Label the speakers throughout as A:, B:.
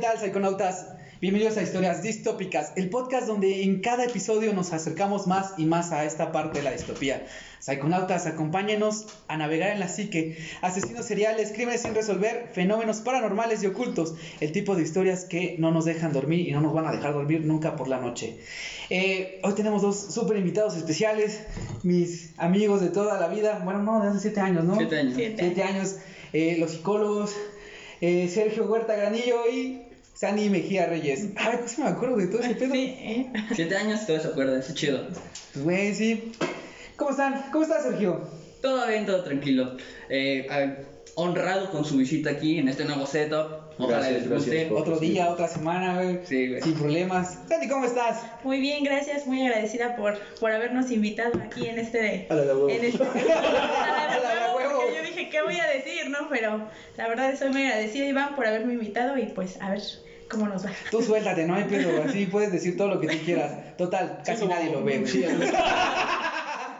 A: tal, psiconautas? Bienvenidos a Historias Distópicas, el podcast donde en cada episodio nos acercamos más y más a esta parte de la distopía. Psiconautas, acompáñenos a navegar en la psique, asesinos seriales, crímenes sin resolver, fenómenos paranormales y ocultos, el tipo de historias que no nos dejan dormir y no nos van a dejar dormir nunca por la noche. Eh, hoy tenemos dos super invitados especiales, mis amigos de toda la vida, bueno, no, de hace siete años, ¿no?
B: Siete años.
C: Siete.
A: Siete años, eh, los psicólogos, eh, Sergio Huerta Granillo y Sandy Mejía Reyes. Ay, ¿cómo se me acuerdo de todo ese pedo?
C: Sí, ¿eh?
B: Siete años y todo se acuerda, eso es chido.
A: Pues, güey, sí. ¿Cómo están? ¿Cómo estás, Sergio?
B: Todo bien, todo tranquilo. Eh, ah, honrado con su visita aquí en este nuevo setup. Ojalá
D: Gracias,
B: les guste.
D: gracias, Poco,
A: Otro
D: sí.
A: día, otra semana, güey.
B: Sí, güey.
A: Sin problemas. Sandy, ¿cómo estás?
C: Muy bien, gracias, muy agradecida por, por habernos invitado aquí en este...
D: A la de huevo.
C: en este-
A: A la de huevo.
C: porque Yo dije, ¿qué voy a decir, no? Pero la verdad estoy muy agradecida, Iván, por haberme invitado y pues a ver cómo nos va.
A: Tú suéltate, no hay pedo, güey. así puedes decir todo lo que tú quieras. Total, casi
E: como-
A: nadie lo ve, güey.
E: Sí,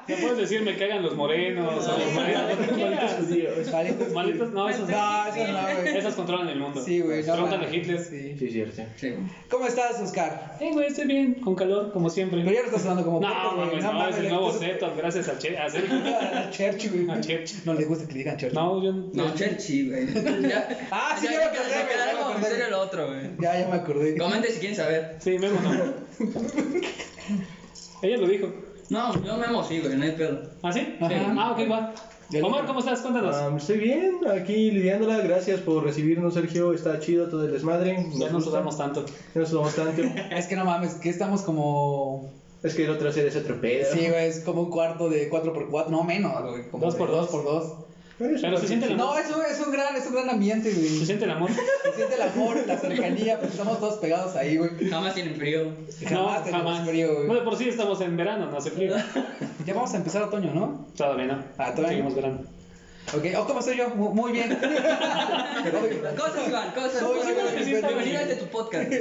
E: Ya puedes decir, me cagan los morenos, o los morenos, lo que quieras.
A: Maletas-
E: Maletas, no, esas
A: Pues, No, eso no, güey.
E: esas controlan el mundo.
A: Sí, güey. no
E: Preguntan Pues, a
A: mames.
E: Hitler.
A: Sí.
D: Sí, cierto.
B: Sí.
A: ¿Cómo estás, Oscar?
E: Eh, güey, estoy bien, con calor, como siempre.
A: Pero ya no estás hablando como
E: No,
A: puto, güey.
E: mames, no, es el
A: mames,
E: nuevo
A: tú-
E: setup, gracias a Che, a Sergio.
A: A Church, güey.
E: A Church.
A: No le gusta que le digan Church.
E: No, yo
B: No, Chelsea, güey. Ya-
A: Ah, sí,
B: ya,
A: ya
B: ya
A: me acordé,
B: queda-
A: güey, ya
B: queda
A: me
B: algo en
A: acordé.
B: serio lo otro, güey.
A: Ya, ya me acordé.
B: Comente si quieren saber.
E: Sí, Memo no. Ella lo dijo.
B: No, yo me sí, güey, no hay pedo.
E: ¿Ah, sí?
A: Ajá.
E: Sí. Ah, ok, va.
A: Ya lo-
E: Omar, ¿cómo estás? Cuéntanos.
D: Ah, estoy bien, aquí lidiándola. Gracias por recibirnos, Sergio. Está chido todo el desmadre.
E: ya no
D: gusta.
E: sudamos tanto.
D: Ya nos sudamos tanto.
A: Es que no mames, que estamos como.
D: es que el otro serie se atropella.
A: Sí, güey, es como un cuarto de 4x4, no menos, güey. como
E: Dos
A: de
E: por dos.
A: por dos.
E: Pero se siente la-
A: No, es un, es un gran, es un gran ambiente,
E: ¿Se
A: güey.
E: siente el amor?
A: Se siente el amor, la cercanía, pues estamos todos pegados ahí, güey.
B: Jamás tienen frío.
A: Jamás
E: no,
A: tenemos
E: jamás.
A: frío,
E: no,
A: güey.
E: de por sí estamos en verano, no hace frío.
A: Ya vamos a empezar otoño, ¿no?
E: Todavía no.
A: Ah, todavía no.
E: Seguimos verano.
A: Ok, oh, ¿cómo soy yo? Mu- Muy bien. Un
B: Cosas, Iván, cosas.
A: No, no, no, no,
B: cosas
A: no, no, no, no.
B: Bienvenidas de tu podcast.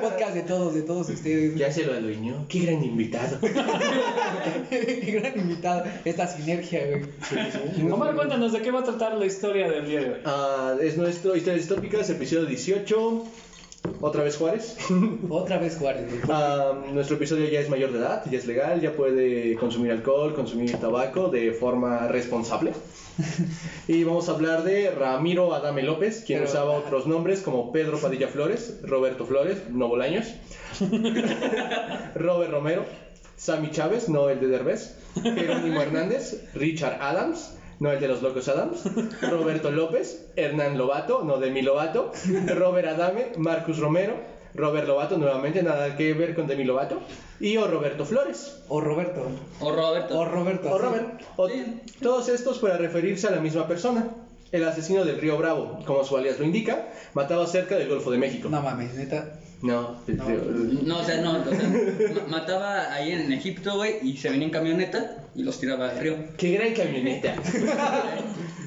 A: podcast de todos, de todos ustedes. güey.
D: Ya se lo adueñó. Qué gran invitado.
A: Qué gran invitado. Esta sinergia, güey.
E: Omar, cuéntanos de qué va a tratar la historia del día de hoy.
D: Ah, es nuestro Historias Distópicas, episodio 18. Otra vez Juárez.
A: Otra vez Juárez, güey.
D: Ah, nuestro episodio ya es mayor de edad, ya es legal, ya puede consumir alcohol, consumir tabaco de forma responsable. y vamos a hablar de Ramiro Adame López, quien
A: Pero-
D: usaba otros nombres como Pedro Padilla Flores, Roberto Flores, no Bolaños, Robert Romero, Sammy Chávez, no el de Derbez, Jerónimo Hernández, Richard Adams. No el de los locos Adams, Roberto López, Hernán Lobato, no Demi Lobato, Robert Adame, Marcus Romero, Robert Lobato, nuevamente nada que ver con Demi Lobato, y o Roberto Flores.
A: O Roberto.
B: O Roberto.
A: O Roberto.
D: O
A: así.
D: Robert. O-
B: Sí.
D: todos estos para referirse a la misma persona. El asesino del Río Bravo, como su alias lo indica, mataba cerca del Golfo de México.
A: No mames, neta.
D: No, el
A: No.
D: río-
B: No, o sea, no, o sea, ma- mataba ahí en Egipto, güey, y se venía en camioneta y los tiraba al río.
D: Qué gran camioneta.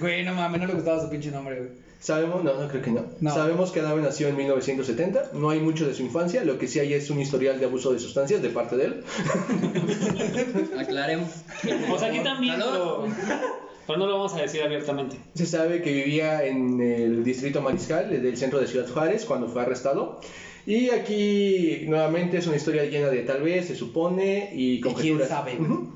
A: Güey, no mames, no le gustaba su pinche nombre, güey.
D: Sabemos, no, no creo que no.
A: No.
D: Sabemos que Adame nació en 1970, no hay mucho de su infancia, lo que sí hay es un historial de abuso de sustancias de parte de él.
B: Aclaremos.
E: O sea, Pues aquí también, pero,
B: Salud.
E: pero no lo vamos a decir abiertamente.
D: Se sabe que vivía en el distrito Mariscal eh, del centro de Ciudad Juárez cuando fue arrestado. Y aquí nuevamente es una historia llena de tal vez, se supone y
A: quién
D: conjeturas.
A: sabe?
D: Ujú.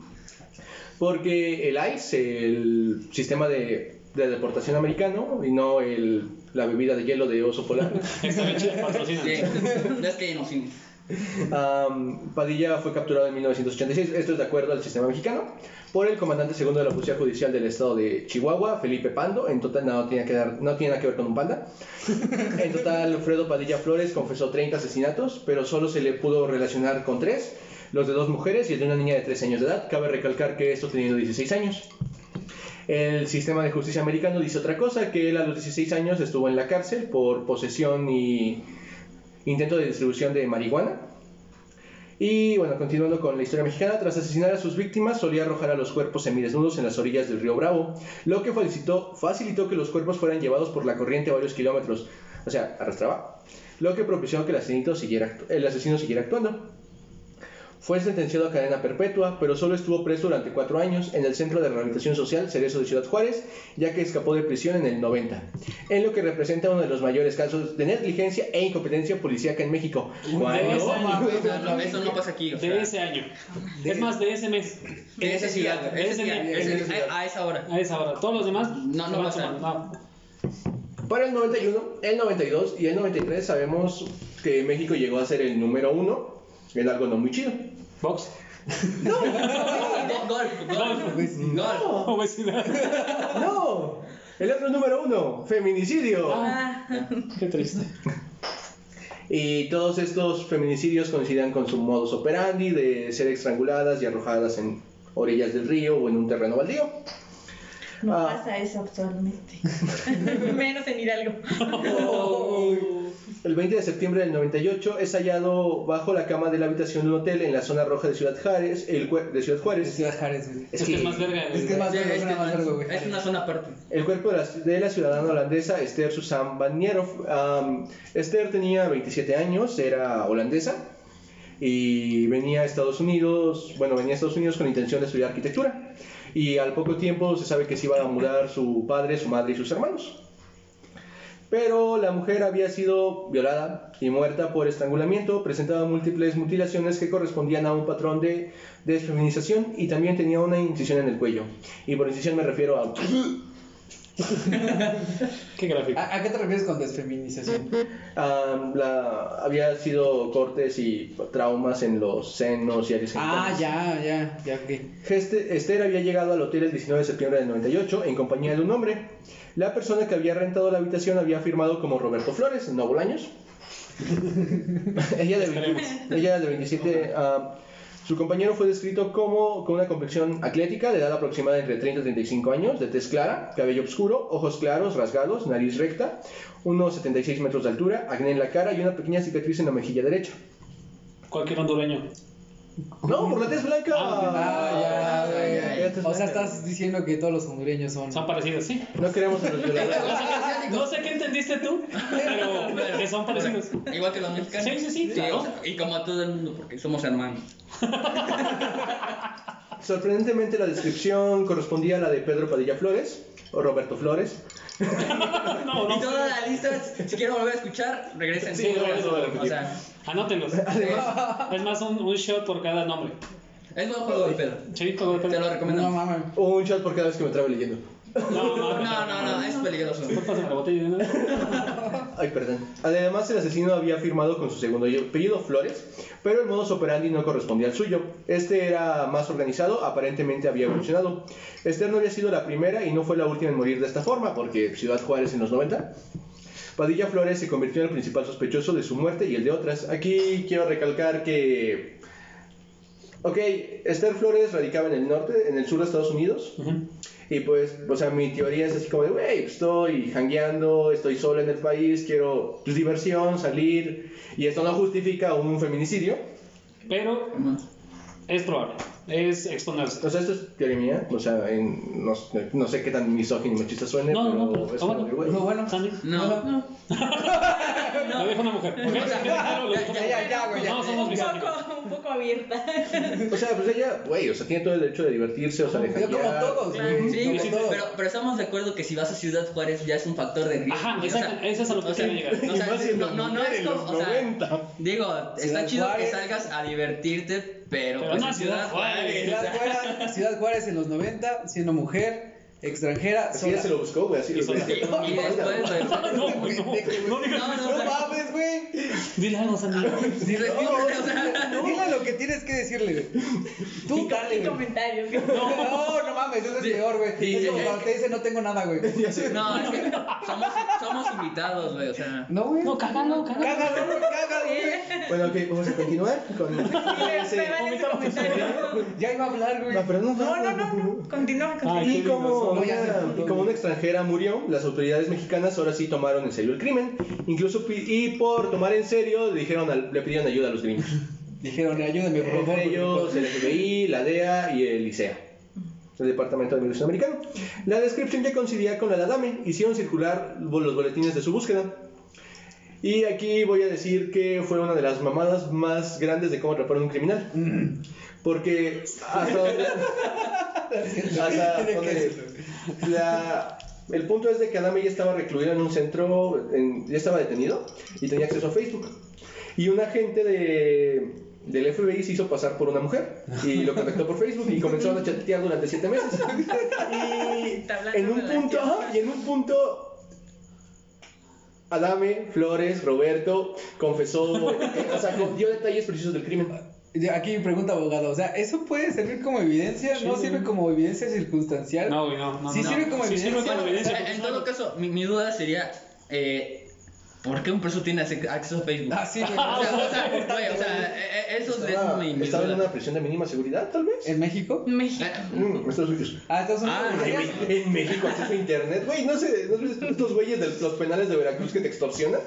D: Porque el ICE, el sistema de, de deportación americano, y no el, la bebida de hielo de oso polar.
E: Esta noche patrocina.
B: Sí, no es que nos in-
D: Am, Padilla fue capturado en 1986, esto es de acuerdo al sistema mexicano, por el comandante segundo de la Policía Judicial del Estado de Chihuahua, Felipe Pando. En total, no tiene, que dar- no tiene nada que ver con un panda. En total, Alfredo Padilla Flores confesó 30 asesinatos, pero solo se le pudo relacionar con tres: los de dos mujeres y el de una niña de 13 años de edad. Cabe recalcar que esto teniendo 16 años. El sistema de justicia americano dice otra cosa, que él a los 16 años estuvo en la cárcel por posesión y intento de distribución de marihuana. Y bueno, continuando con la historia mexicana, tras asesinar a sus víctimas solía arrojar a los cuerpos semidesnudos en las orillas del río Bravo, lo que facilitó, facilitó que los cuerpos fueran llevados por la corriente varios kilómetros, o sea, arrastraba, lo que propició que el asesino siguiera, act- el asesino siguiera actuando. Fue sentenciado a cadena perpetua, pero solo estuvo preso durante cuatro años en el Centro de Rehabilitación Social Cerezo de Ciudad Juárez, ya que escapó de prisión en el 90, en lo que representa uno de los mayores casos de negligencia e incompetencia policíaca en México.
E: De ese año.
B: O sea, no, eso no pasa aquí. O sea,
E: De ese año. Es más, de ese mes.
B: de esa ciudad, güey,
E: De ese
B: ese día,
E: día.
B: ese-
D: ese día.
B: a a esa hora.
E: A esa hora. Todos los demás
B: No, no
E: se van
B: pasa.
E: sumando. No.
D: Para el 91, el 92 y el 93 sabemos que México llegó a ser el número uno en algo no muy chido.
E: Box.
B: Go- Golf, golf, golf.
E: Obesidad.
D: ¡No! El otro número uno, feminicidio.
C: Ah,
E: Qué triste.
D: Y todos estos feminicidios coincidan con su modus operandi de ser estranguladas y arrojadas en orillas del río o en un terreno baldío.
C: no
D: Ah.
C: pasa eso actualmente. Menos en Hidalgo.
D: El 20 de septiembre del 98 es hallado bajo la cama de la habitación de un hotel en la zona roja de Ciudad Juárez. El, cue- de Ciudad
A: De
D: Juárez.
A: Ciudad Juárez, güey.
E: Es que es más verga.
A: Es que es
E: güey.
A: más
B: Sí,
A: verga,
B: es,
A: suena más verga, güey.
B: que- es una zona aparte.
D: El cuerpo de la, de la ciudadana holandesa Esther Susan Van Nierhoff. Am, Esther tenía 27 años, era holandesa y venía a Estados Unidos, bueno, venía a Estados Unidos con intención de estudiar arquitectura. Y al poco tiempo se sabe que se iban a mudar su padre, su madre y sus hermanos. Pero la mujer había sido violada y muerta por estrangulamiento, presentaba múltiples mutilaciones que correspondían a un patrón de desfeminización y también tenía una incisión en el cuello. Y por incisión me refiero a
E: Qué gráfico.
A: ¿A, a qué te refieres con desfeminización?
D: Ah, la, había sido cortes y traumas en los senos y áreas
A: Ah,
D: genitales.
A: ya, ya, ya, ok.
D: Este- Esther había llegado al hotel el 19 de septiembre del 98 en compañía de un hombre. La persona que había rentado la habitación había firmado como Roberto Flores, no Bolaños. ella, de 20 ella de 27. ah, su compañero fue descrito como con una complexión atlética de edad aproximada entre 30 y 35 años, de tez clara, cabello oscuro, ojos claros, rasgados, nariz recta, unos 76 metros de altura, acné en la cara y una pequeña cicatriz en la mejilla derecha.
E: Cualquier hondureño.
D: No, por la tez blanca.
A: Ah, ya, güey.
B: ya,
D: Ya te
A: O sea,
D: suena.
A: estás diciendo que todos los hondureños son.
E: Son parecidos, sí.
D: No queremos a los violadores.
E: No sé, no sé qué entendiste tú, pero que son parecidos.
B: Igual que los mexicanos.
E: Sí, sí, sí, claro.
B: o sea, y como a todo el mundo, porque somos hermanos.
D: Sorprendentemente la descripción correspondía a la de Pedro Padilla Flores o Roberto Flores.
E: No,
B: Y
E: no.
B: toda la lista, si quieren volver a escuchar, regresen.
E: Sí, no, eso
D: lo
B: o sea,
E: Anótenlos. Es más, un, un shot por cada nombre.
B: es buen juego de pedo.
E: Chavito,
B: Te lo
A: No
B: recomendamos.
A: mames.
D: Un chat por cada vez que me trabe leyendo.
E: No,
B: No, no, no, es peligroso.
E: Pásame la botella. ¿no?
D: Ay, perdón. Además, el asesino había firmado con su segundo apellido, Flores, pero el modus operandi no correspondía al suyo. Este era más organizado, aparentemente había evolucionado. Esther no había sido la primera y no fue la última en morir de esta forma, porque Ciudad Juárez en los 90. Padilla Flores se convirtió en el principal sospechoso de su muerte y el de otras. Aquí quiero recalcar que... Ok, Esther Flores radicaba en el norte, en el sur de Estados Unidos,
E: Ujú.
D: y pues, o sea, mi teoría es así como de, wey, estoy jangueando, estoy solo en el país, quiero pues, diversión, salir. Y esto no justifica un feminicidio.
E: Pero es probable. Es exponerse.
D: O sea, esto es teoría mía. O sea, en- no, sé- no sé qué tan misógino y machista suene,
E: No,
D: pero
E: no, pero
D: es
E: está
D: como de,
E: bueno.
D: güey.
A: No, bueno.
E: También.
B: No,
A: No.
E: Lo dejo una mujer. ¿ok?
B: O sea,
E: Quede claro, lo dejo una
B: ya,
A: ya,
E: mujer.
A: ya, güey, ya.
E: No somos
C: Un
E: misóginos.
C: poco, un poco abierta.
D: O sea, pues ella, güey, o sea, tiene todo el derecho de divertirse, o sea, de
A: Yo como
D: janguear.
A: todos,
C: Claro.
A: güey.
B: Sí,
A: como todos.
B: pero, pero estamos de acuerdo que si vas a Ciudad Juárez ya es un factor de riesgo.
E: Ajá,
B: güey, o
E: exacto,
B: sea,
E: eso es a lo que
B: o sea,
E: quiero llegar.
B: o sea,
D: Y más siendo
B: no, no, no
D: mujer
B: es
D: en
B: como,
D: los
B: o sea,
D: 90.
B: digo,
A: Ciudad
B: está chido
A: Juárez.
B: que salgas a divertirte, pero,
E: Pero
B: pues
E: no
B: en
E: a Ciudad Juárez.
B: o sea,
A: Ciudad Juárez, Ciudad Juárez en los 90, siendo mujer, extranjera,
D: Así
A: sola.
D: ya se lo buscó, güey, así
E: Y sola.
D: güey.
B: Y después, pues,
E: No, güey, no. No digas.
B: no, no, o
A: No
B: sea,
A: mames, güey.
E: Dile algo, Sandy.
B: si respírate, Ah, o sea,
A: Dile lo que tienes que decirle, güey. Tú dale,
C: Sin
A: güey.
C: comentarios.
A: No, no mames, eso es
B: Sí.
A: peor, güey.
B: Sí,
A: Es como
B: sí.
A: cuando te dice no tengo nada, güey.
B: no, es que somos, somos invitados, güey, o sea.
A: No, güey.
E: No, cágalo, cágalo.
A: Cágalo, güey, cágalo, güey.
D: Bueno, ok, vamos a continuar con...
C: Sí, me vale ese
E: Omitamos
C: comentario.
A: Ya iba a hablar, güey.
D: No, pero no,
C: No, no, no, no. Continúa,
E: Ay,
C: continúa.
E: qué
D: Y como,
A: No, ya
D: una-
A: se pudo.
D: y como una extranjera murió, las autoridades mexicanas ahora sí tomaron en serio el crimen. Incluso pi- y por tomar en serio le dijeron al- le pidieron ayuda a los gringos.
A: Dijeron, ayúdame, por favor.
D: Entre
A: porque-
D: ellos el FBI, la DEA y el ICEA, el Departamento de Migración Americano. La descripción ya coincidía con la de Adame. Hicieron circular los boletines de su búsqueda. Y aquí voy a decir que fue una de las mamadas más grandes de cómo atrapar a un criminal. Porque hasta donde- hasta
A: ¿De qué
D: donde-
A: es esto?
D: la- el punto es de que Adame ya estaba recluido en un centro, en- ya estaba detenido y tenía acceso a Facebook. Y un agente de, del FBI se hizo pasar por una mujer y lo contactó por Facebook y comenzaron a chatear durante siete meses. Y
C: Entablando
D: en un punto,
C: relación.
D: ajá, y en un punto Adame, Flores, Roberto confesó, o sea, dio detalles precisos del crimen.
A: Aquí pregunta abogado, o sea, ¿eso puede servir como evidencia? ¿No
D: Sí.
A: sirve como evidencia circunstancial?
E: No, güey, no. no
A: Sí
E: no.
A: sirve como
E: Sí sirve
A: evidencia.
E: como evidencia.
B: en
E: pues,
B: todo caso, mi, mi duda sería, eh, ¿por qué un preso tiene ac- acceso a Facebook?
A: Ah, sí, güey.
B: O sea, o sea, güey, o sea, eh, eh, eso es
D: Estaba,
B: mi, mi
D: estaba en una
B: duda.
D: prisión de mínima seguridad, tal vez.
A: ¿En México?
C: México.
B: Eh,
D: Mm, Estados Unidos.
A: Ah, Estados Unidos.
B: Ah,
A: ¿por qué?
B: en México.
D: En México, acceso a internet, güey, no sé, ¿no ves estos güeyes de los penales de Veracruz que te extorsionan?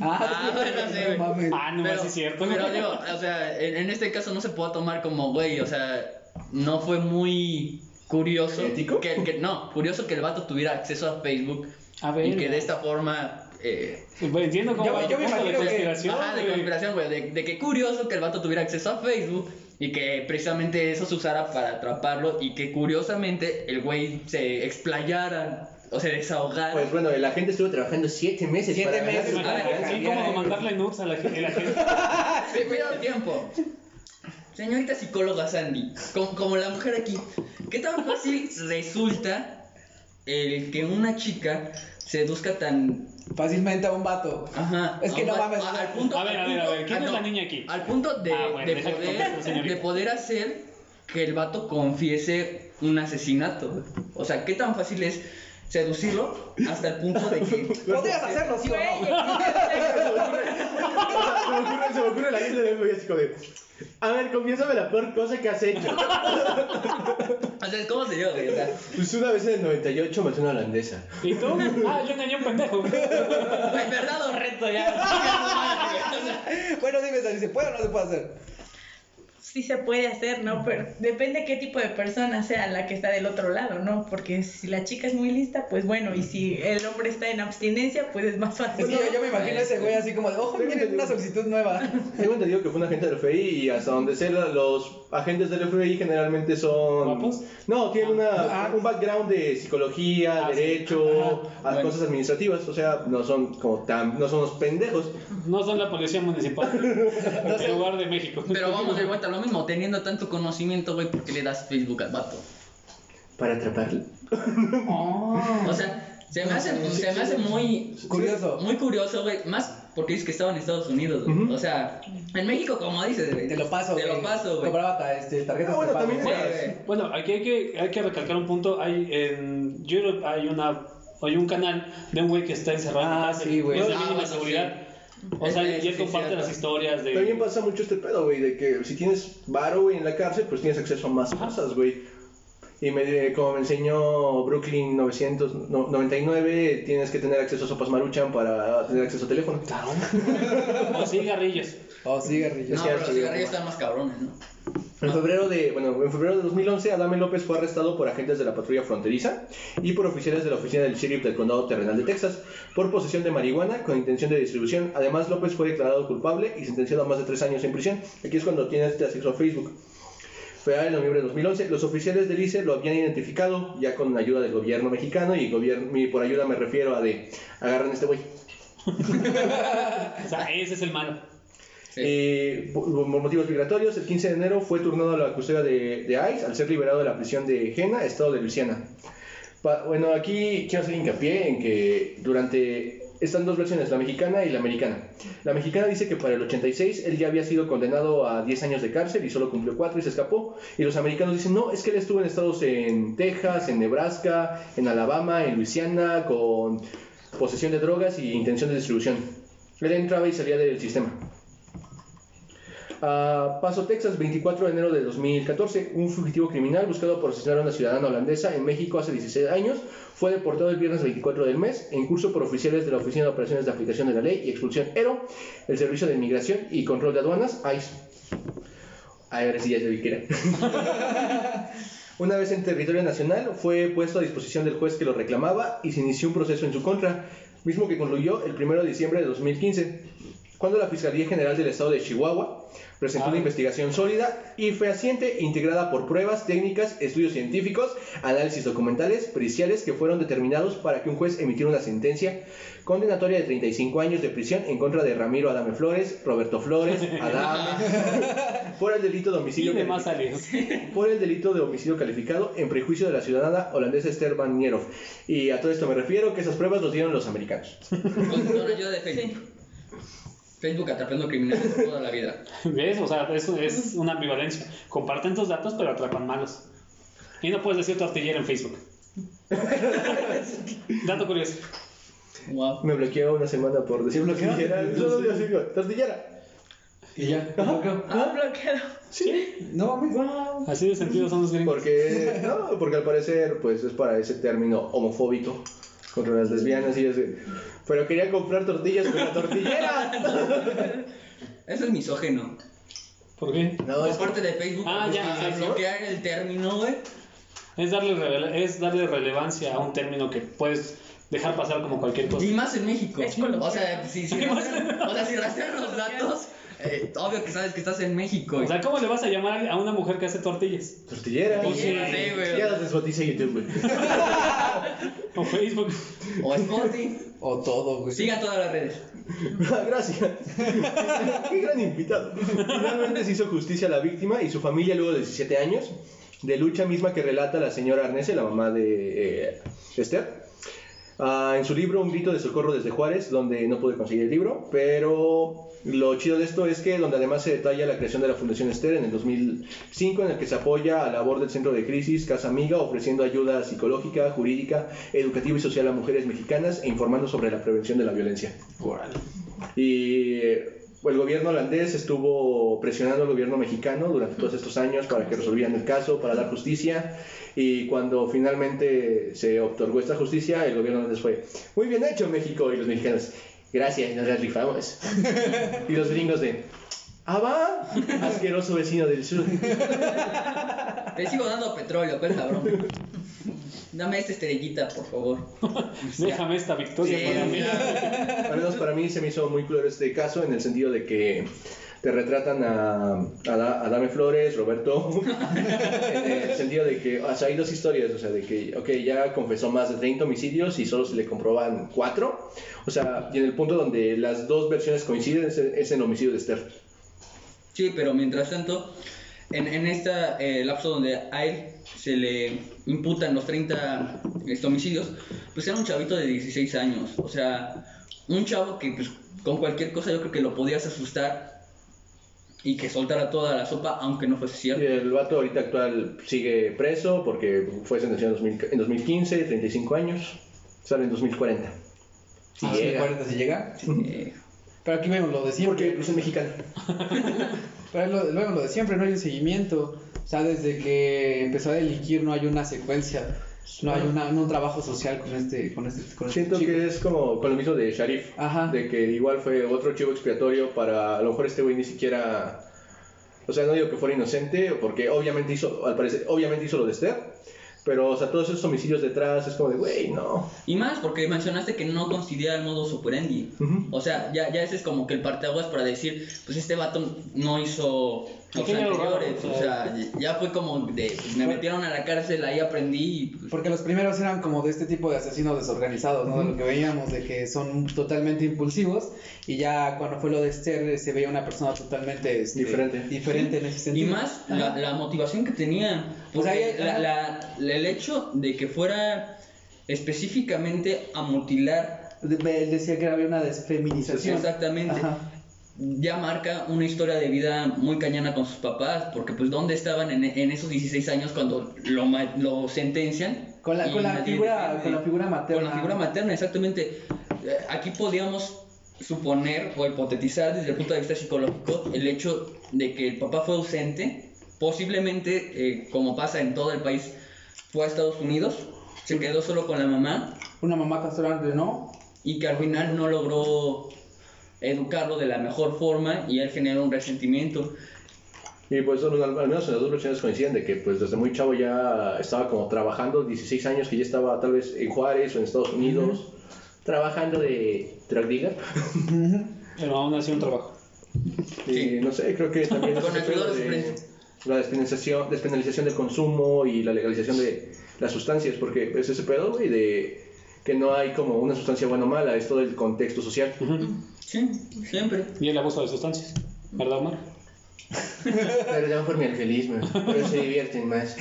A: Ah,
B: Ah, bueno, sí, güey.
A: no mames.
E: Ah, no, sí es cierto.
B: Pero digo, o sea, en, en este caso no se puede tomar como, güey, o sea, no fue muy curioso.
D: ¿Ético?
B: Que, que- no, curioso que el vato tuviera acceso a Facebook
E: A ver.
B: y que de esta forma... Eh, pues,
E: Güey, entiendo cómo
A: Yo-
E: va tu
A: yo me
E: punto de
A: imagino que-
E: conspiración.
B: ajá, de
E: güey.
B: conspiración, güey, de, de que curioso que el vato tuviera acceso a Facebook y que precisamente eso se usara para atraparlo y que curiosamente el güey se explayara o se desahogara.
D: Pues bueno, la gente estuvo trabajando siete meses
A: Siete
D: para ganar
A: meses
D: sus
A: para
D: penales.
A: ganar.
E: Sí, cómo mandarle nudes a la gente. la gente.
B: Sí, cuidado tiempo. Señorita psicóloga Sandy, como, como la mujer aquí, ¿qué tan fácil resulta el que una chica seduzca tan...
A: Fácilmente a un vato.
B: Ajá.
A: Es que
B: a-
A: no
B: a-
A: mames.
B: Al punto,
E: A ver,
B: al
E: a ver, a
B: punto-
E: ver, ¿quién
B: ah,
E: es
B: no,
E: la niña aquí?
B: Al punto de,
E: Ah, bueno,
B: de
E: deja que conteste,
B: poder,
E: señorita.
B: de poder hacer que el vato confiese un asesinato. O sea, ¿qué tan fácil es seducirlo hasta el punto de que...
A: Podrías hacerlo, sí o
C: Güey,
A: no.
D: Se me ocurre, se me ocurre la gente de así como de, a ver, confiésame la peor cosa que has hecho.
B: O sea, ¿cómo sería, güey? O sea,
D: Pues una vez en el 98 maté a una holandesa.
E: ¿Y tú? Ah, yo engañé a un pendejo.
B: güey, verdad o reto ya.
A: Bueno, dime, Sally, ¿se puede o no se puede hacer?
C: sí se puede hacer, ¿no? Pero depende qué tipo de persona sea la que está del otro lado, ¿no? Porque si la chica es muy lista, pues bueno, y si el hombre está en abstinencia, pues es más
A: Es
C: fácil.
A: que yo, yo me imagino a ese güey así como de, ojo, miren, una solicitud nueva.
D: Tengo entendido que fue un agente del FBI y hasta donde sé, la- los agentes del FBI generalmente son...
E: ¿Guapos?
D: No, tienen una,
A: Ah.
D: un background de psicología,
E: Ah, sí.
D: derecho,
B: Ajá.
D: a
B: Bueno.
D: cosas administrativas, o sea, no son como tan... no son los pendejos.
E: No son la policía municipal del lugar de México.
B: Pero vamos de vuelta a lo mismo, teniendo tanto conocimiento, güey, ¿por qué le das Facebook al vato?
D: Para atraparlo.
A: Oh.
B: O sea, se me hace, se me hace muy,
A: Curioso.
B: muy curioso, güey, más porque dices que estaba en Estados Unidos, güey.
D: Ujú.
B: O sea, en México, como dices, güey.
A: Te lo paso,
B: Te lo
A: güey.
B: paso, güey.
A: Compraba ta- este, tarjetas
D: Ah, bueno,
A: prepago.
D: también
B: Güey,
D: era-
B: güey.
E: Bueno, aquí hay que, hay que recalcar un punto. Hay en Europe hay una hay un canal de un güey que está encerrado en
A: Ah,
E: cárcel.
A: sí, güey.
E: Es de
B: Ah,
E: mínima
B: bueno,
E: seguridad. O
B: Es-
E: sea,
B: es-
E: y él
B: Este, sí,
E: comparte
B: cierto.
E: las historias de.
D: También pasa mucho este pedo, güey, de que si tienes varo, güey, en la cárcel, pues tienes acceso a más cosas, güey. Y me, eh, como me enseñó Brooklyn 999, tienes que tener acceso a sopas maruchan para tener acceso a teléfono.
E: O cigarrillos.
A: Oh, sí, Garrillo.
B: No,
D: Sí,
B: pero
D: sí,
B: los
D: sí.
B: cigarrillos están más cabrones, ¿no?
D: En febrero de, bueno, en febrero de 2011, Adame E. López fue arrestado por agentes de la patrulla fronteriza y por oficiales de la oficina del sheriff del condado terrenal de Texas por posesión de marihuana con intención de distribución. Además, López fue declarado culpable y sentenciado a más de tres años en prisión. Aquí es cuando tiene este acceso a Facebook. Fue en noviembre de 2011. Los oficiales del ICE lo habían identificado ya con ayuda del gobierno mexicano y, gobierno, y por ayuda me refiero a de agarran a este güey.
E: O sea, ese es el malo.
B: Sí.
D: Eh, por por motivos migratorios, el 15 de enero fue turnado a la custodia de, de ICE al ser liberado de la prisión de Jena, estado de Luisiana. Pa- bueno, aquí quiero hacer hincapié en que durante... Están dos versiones, la mexicana y la americana. La mexicana dice que para el 86 él ya había sido condenado a 10 años de cárcel y solo cumplió 4 y se escapó. Y los americanos dicen, no, es que él estuvo en estados en Texas, en Nebraska, en Alabama, en Luisiana, con posesión de drogas y intención de distribución. Él entraba y salía del sistema. A Paso, Texas, 24 de enero de 2014, un fugitivo criminal buscado por asesinar a una ciudadana holandesa en México hace 16 años fue deportado el viernes 24 del mes en curso por oficiales de la Oficina de Operaciones de Aplicación de la Ley y Expulsión ERO, el Servicio de Inmigración y Control de Aduanas, ICE. Ay, Ahora sí ya sabía que era. Una vez en territorio nacional, fue puesto a disposición del juez que lo reclamaba y se inició un proceso en su contra. mismo que concluyó el 1 de diciembre de 2015, cuando la Fiscalía General del Estado de Chihuahua presentó
E: Ah.
D: una investigación sólida y fehaciente integrada por pruebas técnicas, estudios científicos, análisis documentales, periciales que fueron determinados para que un juez emitiera una sentencia condenatoria de 35 años de prisión en contra de Ramiro Adame Flores, Roberto Flores, Adame, por el delito de homicidio
E: Tiene más
D: calificado
E: aliens.
D: por el delito de homicidio calificado en prejuicio de la ciudadana holandesa Esther Van Nierhoff. Y a todo esto me refiero que esas pruebas los dieron los americanos.
B: Con, con ayuda de Facebook. Facebook atrapando criminales toda la vida.
E: ¿Ves? O sea, es, es una ambivalencia. Comparten tus datos, pero atrapan malos. Y no puedes decir tortillera en Facebook. Dato curioso.
B: Wow.
D: Me bloqueó una semana por decir
A: ¿Te bloquearon?
D: tortillera. Solo digo así, digo, tortillera.
A: Y ya, lo bloqueó.
C: Ah, bloqueado.
D: Sí.
A: No mames. Wow.
E: Así de sentido son los gringos.
D: Porque, no, porque al parecer, pues es para ese término homofóbico contra las lesbianas y así. Pero quería comprar tortillas con la tortillera.
B: Eso es misógeno.
E: ¿Por qué?
D: No, es
B: Aparte de Facebook,
E: Ah, ya,
B: a
E: ya, ya.
B: bloquear el término, güey.
E: Es darle, revela- es darle relevancia a un término que puedes dejar pasar como cualquier cosa.
B: Y más en México.
C: Es coloquial.
B: O sea, si, si
E: Pues, Y más-
B: rastrean- o sea, si rastrean los datos, eh, obvio que sabes que estás en México.
E: O sea, ¿cómo le vas a llamar a una mujer que hace tortillas?
D: tortillera.
B: Pues sí, sí, güey.
D: Ya las desbotice YouTube, güey.
E: O Facebook.
B: O Spotify.
A: O todo, güey.
B: Sigan todas las redes.
D: Ah, Gracias. Qué gran invitado. Finalmente se hizo justicia a la víctima y su familia luego de 17 años de lucha misma que relata la señora Arnese, la mamá de eh, Esther. Ah, en su libro Un grito de socorro desde Juárez, donde no pude conseguir el libro, pero lo chido de esto es que donde además se detalla la creación de la Fundación Esther en el 2005, en el que se apoya a la labor del Centro de Crisis Casa Amiga, ofreciendo ayuda psicológica, jurídica, educativa y social a mujeres mexicanas e informando sobre la prevención de la violencia. Y eh, el gobierno holandés estuvo presionando al gobierno mexicano durante todos estos años para que resolvieran el caso, para dar justicia. Y cuando finalmente se otorgó esta justicia, el gobierno holandés fue, muy bien hecho México. Y los mexicanos, gracias, nos las rifamos. y los gringos de, ah, va, asqueroso vecino del sur.
B: Te sigo dando petróleo, pues cabrón. Dame esta estrellita, por favor.
E: Déjame esta victoria
B: Sí,
E: para mí.
B: ya.
D: Al menos para mí se me hizo muy claro este caso en el sentido de que te retratan a, a, Da- a Dame Flores, Roberto, en el sentido de que, o sea, hay dos historias, o sea, de que, ok, ya confesó más de 30 homicidios y solo se le comproban cuatro, o sea, y en el punto donde las dos versiones coinciden es, es en el homicidio de Esther.
B: Sí, pero mientras tanto, en, en este lapso donde a él se le imputan los 30 este, homicidios, pues era un chavito de 16 años. O sea, un chavo que pues, con cualquier cosa yo creo que lo podías asustar y que soltara toda la sopa, aunque no fuese
D: Y
B: cierto.
D: el vato ahorita actual sigue preso porque fue sentenciado en, 2000 en 2015, 35 años, sale en 2040.
A: Si
B: Ah,
A: llega. si llega.
B: Eh,
A: Pero aquí vemos lo de
D: Porque
A: siempre.
D: pues, es mexicano.
A: Pero lo, vemos lo de siempre, no hay un seguimiento. O sea, desde que empezó a delinquir no hay una secuencia. No hay una, no un trabajo social con este, con este, con este
D: Siento
A: chico.
D: que es como con lo mismo de Sharif,
A: Ajá.
D: de que igual fue otro chivo expiatorio para a lo mejor este güey ni siquiera, o sea, no digo que fuera inocente, porque obviamente hizo, al parecer, obviamente hizo lo de Esther, pero o sea, todos esos homicidios detrás es como de, güey, no.
B: Y más porque mencionaste que no considera el modus operandi.
D: Ujú.
B: O sea, ya, ya ese es como que el parteaguas para decir, pues este vato no hizo los
E: Pequeño error,
B: anteriores.
E: o
B: O
E: sea.
B: sea, ya fue como de, pues, me metieron a la cárcel, ahí aprendí. y, pues,
A: Porque los primeros eran como de este tipo de asesinos desorganizados, ¿no? De lo que veíamos, de que son totalmente impulsivos. Y ya cuando fue lo de Esther, eh, se veía una persona totalmente este,
D: Diferente.
A: diferente en ese
B: Y
A: sentido.
B: más la, la motivación que tenía.
A: Pues ahí-
B: Porque la- la- la- el hecho de que fuera específicamente a mutilar
A: De- él decía que había una desfeminización.
B: Exactamente.
A: Ajá.
B: ya marca una historia de vida muy cañona con sus papás, porque pues dónde estaban en, en esos 16 años cuando lo, ma- lo sentencian.
A: Con la-
B: Y
A: con la
B: nadie
A: figura-
B: defiende.
A: con la figura materna.
B: Con la figura materna, exactamente. Eh, Aquí podíamos suponer o hipotetizar desde el punto de vista psicológico el hecho de que el papá fue ausente, posiblemente, eh, como pasa en todo el país, fue a Estados Unidos, se quedó solo con la mamá
A: Una mamá castrante, ¿no?
B: y que al final no logró educarlo de la mejor forma y él generó un resentimiento.
D: Y pues al al menos en las dos versiones coinciden de que pues desde muy chavo ya estaba como trabajando, 16 años que ya estaba tal vez en Juárez o en Estados Unidos, trabajando de drug dealer.
E: Pero aún así un trabajo.
D: Eh, no sé, creo que también
B: Con
D: ese
B: ayuda
D: pedo
B: de
D: de
B: Supreme.
D: la despenalización, despenalización del consumo y la legalización de las sustancias, porque es ese pedo, güey, de que no hay como una sustancia buena o mala, es todo el contexto social.
B: Sí, siempre.
E: Y el abuso de sustancias. ¿Verdad, Omar?
D: Pero ya por mi alcoholismo, pero se divierten más.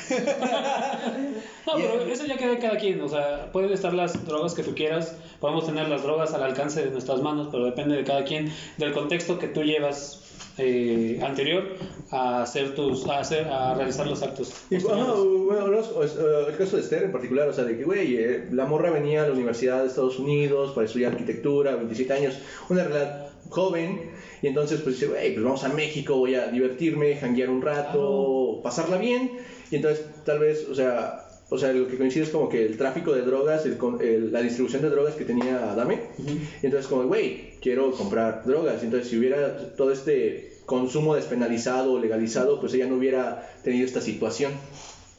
E: No, pero eso ya queda en cada quien. O sea, pueden estar las drogas que tú quieras. Podemos tener las drogas al alcance de nuestras manos, pero depende de cada quien, del contexto que tú llevas eh, anterior a hacer tus, a hacer, a realizar los actos.
D: Y, ajá,
E: posteriores.
D: bueno, hablamos, o es- eh, el caso de Esther en particular, o sea, de que, güey, eh, la morra venía a la Universidad de Estados Unidos para estudiar arquitectura, 27 años, una realidad joven, y entonces pues dice, güey, pues vamos a México, voy a divertirme, janguear un rato, pasarla bien, y entonces tal vez, o sea, o sea, lo que coincide es como que el tráfico de drogas, el con- el- la distribución de drogas que tenía Adame, y entonces como, güey, quiero comprar drogas, y entonces si hubiera todo este consumo despenalizado o legalizado, pues ella no hubiera tenido esta situación.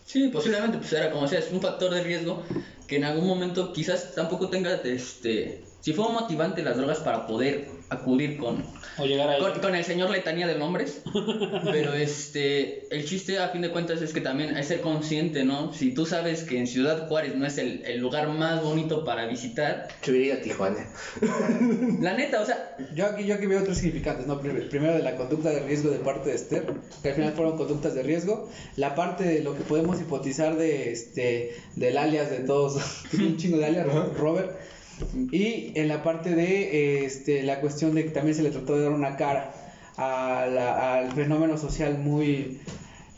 B: Sí, posiblemente, pues era como sea, es un factor de riesgo que en algún momento quizás tampoco tenga, este, si fue un motivante las drogas para poder acudir con,
E: O llegar ahí.
B: con, con el señor letanía de nombres, pero este, el chiste a fin de cuentas es que también es ser consciente, ¿no? Si tú sabes que en Ciudad Juárez no es el, el lugar más bonito para visitar,
D: Que hubiera ido a Tijuana.
B: la neta, o sea,
A: Yo aquí, yo aquí veo otros significantes, ¿no? Prim- Primero de la conducta de riesgo de parte de Esther, que al final fueron conductas de riesgo. La parte de lo que podemos hipotizar de este del alias de todos, tiene un chingo de alias, Robert. Y en la parte de eh, este, la cuestión de que también se le trató de dar una cara a la- al fenómeno social muy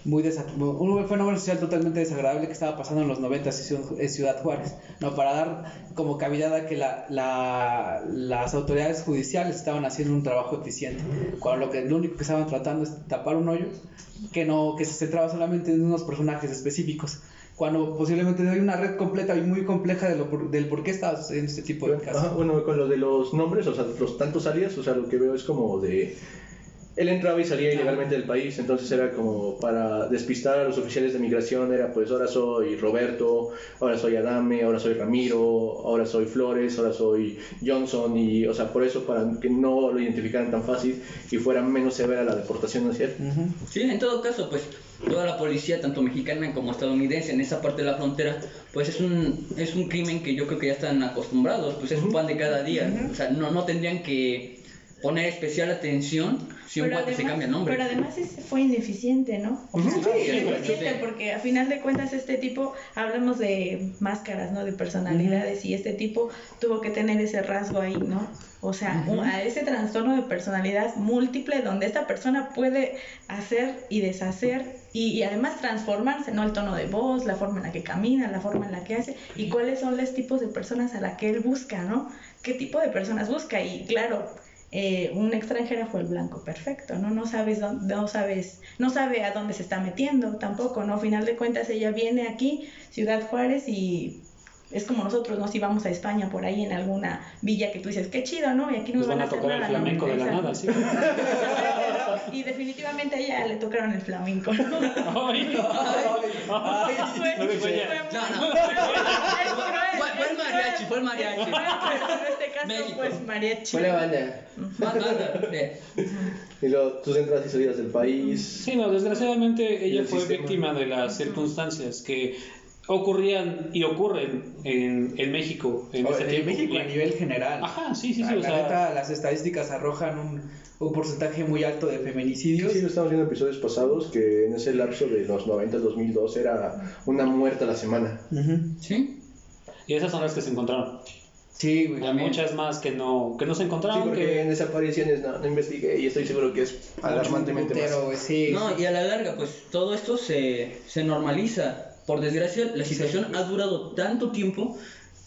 A: muy desa- un fenómeno social totalmente desagradable que estaba pasando en los 90 en Ciudad Juárez, no para dar como cavidad a que la, la- las autoridades judiciales estaban haciendo un trabajo eficiente, cuando lo, que, lo único que estaban tratando es tapar un hoyo que no que se centraba solamente en unos personajes específicos, cuando posiblemente hay una red completa y muy compleja de lo por- del por qué estaba sucediendo este tipo de
D: Pues, Ajá,
A: casos.
D: bueno, con lo de los nombres, o sea, los tantos alias, o sea, lo que veo es como de... Él entraba y salía ilegalmente del país, entonces era como para despistar a los oficiales de migración, era pues ahora soy Roberto, ahora soy Adame, ahora soy Ramiro, ahora soy Flores, ahora soy Johnson, y o sea, por eso para que no lo identificaran tan fácil y fuera menos severa la deportación hacia él.
A: Ujú.
B: Sí, en todo caso, pues toda la policía, tanto mexicana como estadounidense, en esa parte de la frontera, pues es un, es un crimen que yo creo que ya están acostumbrados, pues es un pan de cada día. O sea, no, no tendrían que poner especial atención si un
C: Pero
B: cuate se
C: además-
B: cambia el nombre.
C: Pero además ese fue ineficiente, ¿no?
D: Ujú, sí,
C: ineficiente
B: sí.
C: porque a final de cuentas este tipo, hablamos de máscaras, ¿no? De personalidades y este tipo tuvo que tener ese rasgo ahí, ¿no? O sea,
B: Ujú.
C: un- a ese trastorno de personalidad múltiple donde esta persona puede hacer y deshacer y, y además transformarse, ¿no? El tono de voz, la forma en la que camina, la forma en la que hace y cuáles son los tipos de personas a la que él busca, ¿no? ¿Qué tipo de personas busca? Y claro, eh, un extranjero fue el blanco perfecto, ¿no? No sabes dónde, no sabes, no sabe a dónde se está metiendo tampoco, ¿no? Final de cuentas ella viene aquí, Ciudad Juárez, y es como nosotros, ¿no? Si vamos a España por ahí en alguna villa que tú dices, qué chido, ¿no? Y aquí no
E: Nos
C: nos
E: van a
C: hacer
E: tocar el
C: nada, ¿no?
E: flamenco de la
C: Exacto.
E: nada, sí.
C: Y definitivamente a ella le tocaron el flamenco, ¿no?
E: Ay,
A: Ay,
C: Fue- fue
E: no
C: muy- fue
E: me
C: muy-
E: fue
B: No, no.
C: fue cruel,
B: Fue- fue el
C: es cruel.
B: mariachi, fue el mariachi.
C: Es cruel, pero en este caso,
B: México.
C: pues mariachi.
D: banda.
B: Más nada, eh,
D: Y luego tus entradas y salidas del país.
E: Sí, no, desgraciadamente
D: Y
E: ella
D: el
E: fue
D: sistema.
E: víctima de las circunstancias que ocurrían y ocurren en, en México en
A: Ahora,
E: ese
A: en
E: tiempo.
A: México a
E: Y-
A: nivel general.
E: Ajá, sí, sí, sí,
A: la
E: o sea-
A: neta, las estadísticas arrojan un, un porcentaje muy alto de feminicidios.
D: Sí, lo estamos viendo en episodios pasados, que en ese lapso de los 90 al 2002 era una muerta a la semana.
A: Ujú.
B: Sí,
E: Y esas son las que se encontraron.
A: Sí, güey.
E: Hay muchas más que no, que no se
D: Sí,
E: encontraron.
D: porque en
E: que...
D: desapariciones no, no investigué y estoy seguro que es alarmantemente
A: Putero,
D: más.
A: güey, sí.
B: no, y a la larga, pues todo esto se, se normaliza. Por desgracia, la situación ha durado tanto tiempo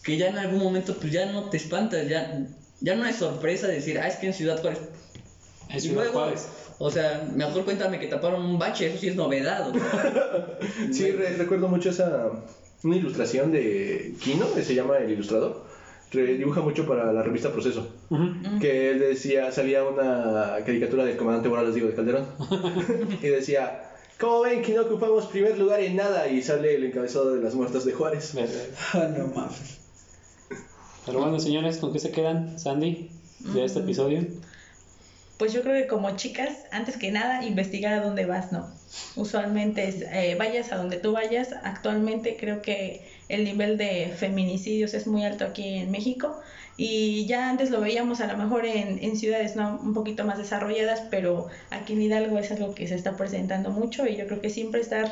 B: que ya en algún momento, pues ya no te espantas, ya, ya no es sorpresa decir, ah, es que en Ciudad Juárez.
E: En
B: Y
E: Ciudad
B: luego,
E: Juárez.
B: O sea, mejor cuéntame que taparon un bache, eso sí es novedad. o sea.
D: Sí, re- recuerdo mucho esa una ilustración de Kino, que se llama El Ilustrador. re- dibuja mucho para la revista Proceso.
E: Ujú.
D: que él decía, salía una caricatura del comandante Morales, digo, de Calderón, y decía, ¿cómo ven que no ocupamos primer lugar en nada? Y sale el encabezado de las muertas de Juárez.
E: Ves,
A: Ah, no mames.
E: Pero bueno, señores, ¿con qué se quedan, Sandy, de este
C: Mm.
E: episodio?
C: Pues yo creo que como chicas, antes que nada, investigar a dónde vas, ¿no? Usualmente es, eh, vayas a donde tú vayas. Actualmente creo que el nivel de feminicidios es muy alto aquí en México y ya antes lo veíamos a lo mejor en, en ciudades ¿no? un poquito más desarrolladas, pero aquí en Hidalgo es algo que se está presentando mucho y yo creo que siempre estar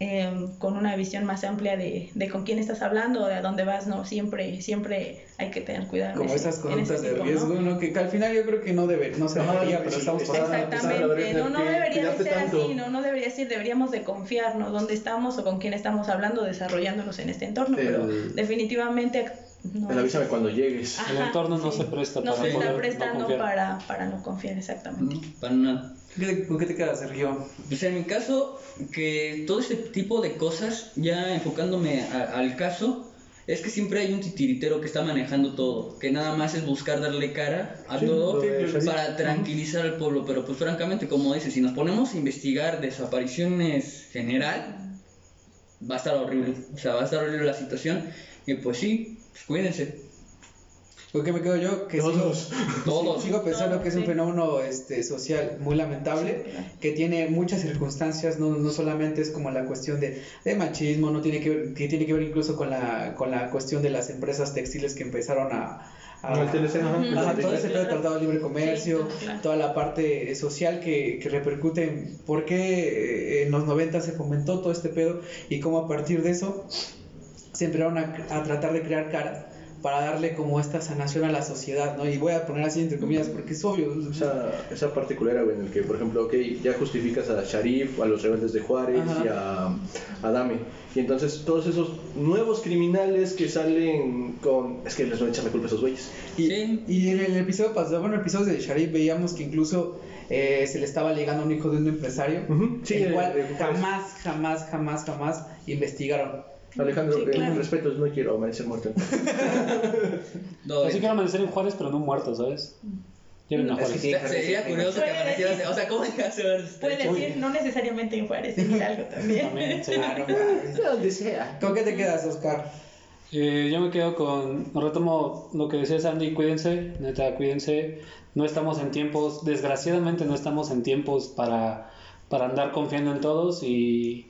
C: eh, con una visión más amplia de, de con quién estás hablando o de a dónde vas, ¿no? Siempre, siempre hay que tener cuidado. en
A: Como
C: ese-
A: esas
C: en ese
A: conductas de
C: tipo, ¿no?
A: riesgo, ¿no? Que, que al final yo creo que no debe, no se
D: Ajá,
A: debería,
D: sí,
A: pero
D: sí,
A: estamos por
D: está-
A: ahí.
D: Exacto. empezar a
C: Exactamente,
D: ver
C: no,
D: en
C: no
D: qué
C: debería de
D: cuidarte
C: ser
D: tanto.
C: así, no, no debería ser, deberíamos de confiarnos dónde estamos o con quién estamos hablando, desarrollándonos en este entorno,
D: El-
C: pero definitivamente no.
D: Pero avísame cuando llegues.
E: El entorno no se presta
C: no
E: para
C: se
E: poder
C: está
E: no
C: prestando
E: confiar.
C: para, para no confiar, exactamente.
B: Para nada.
A: ¿Qué te- ¿Con qué te quedas, Sergio?
B: Pues en mi caso, que todo ese tipo de cosas, ya enfocándome a- al caso, es que siempre hay un titiritero que está manejando todo, que nada más es buscar darle cara a
D: Sí,
B: todo
D: lo de Shadid.
B: para tranquilizar al pueblo, pero pues francamente, como dices, si nos ponemos a investigar desapariciones general, va a estar horrible, o sea, va a estar horrible la situación, y pues sí, pues cuídense,
A: ¿Con qué me quedo yo? Que sigo,
D: Todos.
B: todos.
A: sigo pensando que es un
C: Sí.
A: fenómeno este, social muy lamentable, que tiene muchas circunstancias, no, no solamente es como la cuestión de, de machismo, no tiene que ver, que tiene que ver incluso con la, con la cuestión de las empresas textiles que empezaron a... a-
D: El TLC, ajá,
C: Ujú.
D: el
A: Ajá,
D: TLC.
A: todo ese pedo de tratado de libre comercio,
C: Sí, claro.
A: toda la parte eh, social que, que repercute en por qué eh, en los 90 se fomentó todo este pedo y cómo a partir de eso se empezaron a, a tratar de crear caras para darle como esta sanación a la sociedad, ¿no? Y voy a poner así entre comillas porque es obvio. o sea,
D: Esa, esa parte culera, güey, en el que, por ejemplo, ok, ya justificas a Sharif, a los rebeldes de Juárez
A: Ajá.
D: y a, a Dame. Y entonces todos esos nuevos criminales que salen con... Es que les voy a echar la culpa a esos güeyes.
A: Y,
B: Sí.
A: y en el episodio pasado, bueno, en el episodio de Sharif veíamos que incluso eh, se le estaba ligando a un hijo de un empresario,
D: Ujú, sí,
A: el
D: eh,
A: cual
D: eh,
A: jamás, jamás, jamás, jamás investigaron.
D: Alejandro,
C: Sí,
D: eh,
C: claro.
D: mis respetos, no quiero amanecer muerto. Eh,
B: Doy.
E: Así quiero amanecer en Juárez, pero no muerto, ¿sabes? Lleven a
D: Es que
E: Juárez.
D: sí.
B: Está- Sería curioso que amanecieras, o sea, ¿cómo dejas de ver?
C: Puede decir, no necesariamente en Juárez, en Hidalgo también.
E: También, sí.
A: Ah, no mames.
D: Donde sea.
A: ¿Con qué te quedas, Oscar?
E: Eh, yo me quedo con, retomo lo que decía Sandy, cuídense, neta, cuídense. No estamos en tiempos, desgraciadamente no estamos en tiempos para, para andar confiando en todos y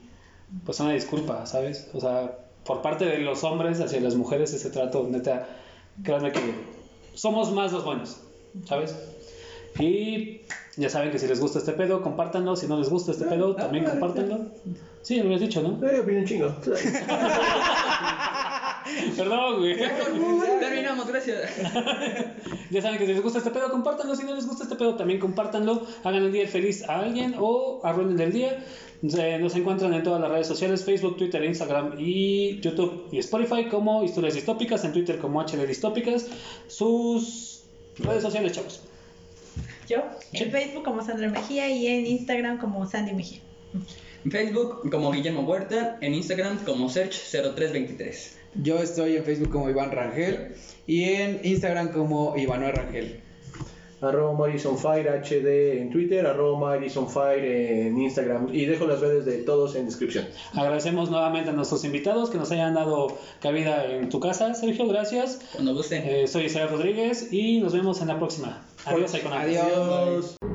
E: pues una disculpa, ¿sabes? O sea, por parte de los hombres hacia las mujeres ese trato, neta, créanme que somos más los buenos, ¿sabes? Y ya saben que si les gusta este pedo, compártanlo, si no les gusta este pedo, también compártanlo. Sí, lo habías dicho, ¿no?
D: Ay, opino un chingo.
E: Perdón, güey.
B: Terminamos, gracias.
E: Ya saben que si les gusta este pedo, compártanlo. Si no les gusta este pedo, también compártanlo. Hagan el día feliz a alguien o arruinen el día. Eh, nos encuentran en todas las redes sociales: Facebook, Twitter, Instagram y YouTube y Spotify como Historias Distópicas. En Twitter como HL Distópicas. Sus redes sociales, chavos.
C: Yo, en Facebook como Sandra Mejía y en Instagram como Sandy Mejía.
B: En Facebook como Guillermo Huerta, en Instagram como Search0323.
A: Yo estoy en Facebook como Iván Rangel y en Instagram como Ivanoel Rangel.
D: Arroba Maris on Fire HD en Twitter, arroba Maris on Fire en Instagram. Y dejo las redes de todos en descripción.
E: Agradecemos nuevamente a nuestros invitados que nos hayan dado cabida en tu casa. Sergio, gracias.
B: Cuando gusten.
E: Eh, soy Isabel Rodríguez y nos vemos en la próxima. Adiós, Iconautas.
A: Adiós.
D: Adiós.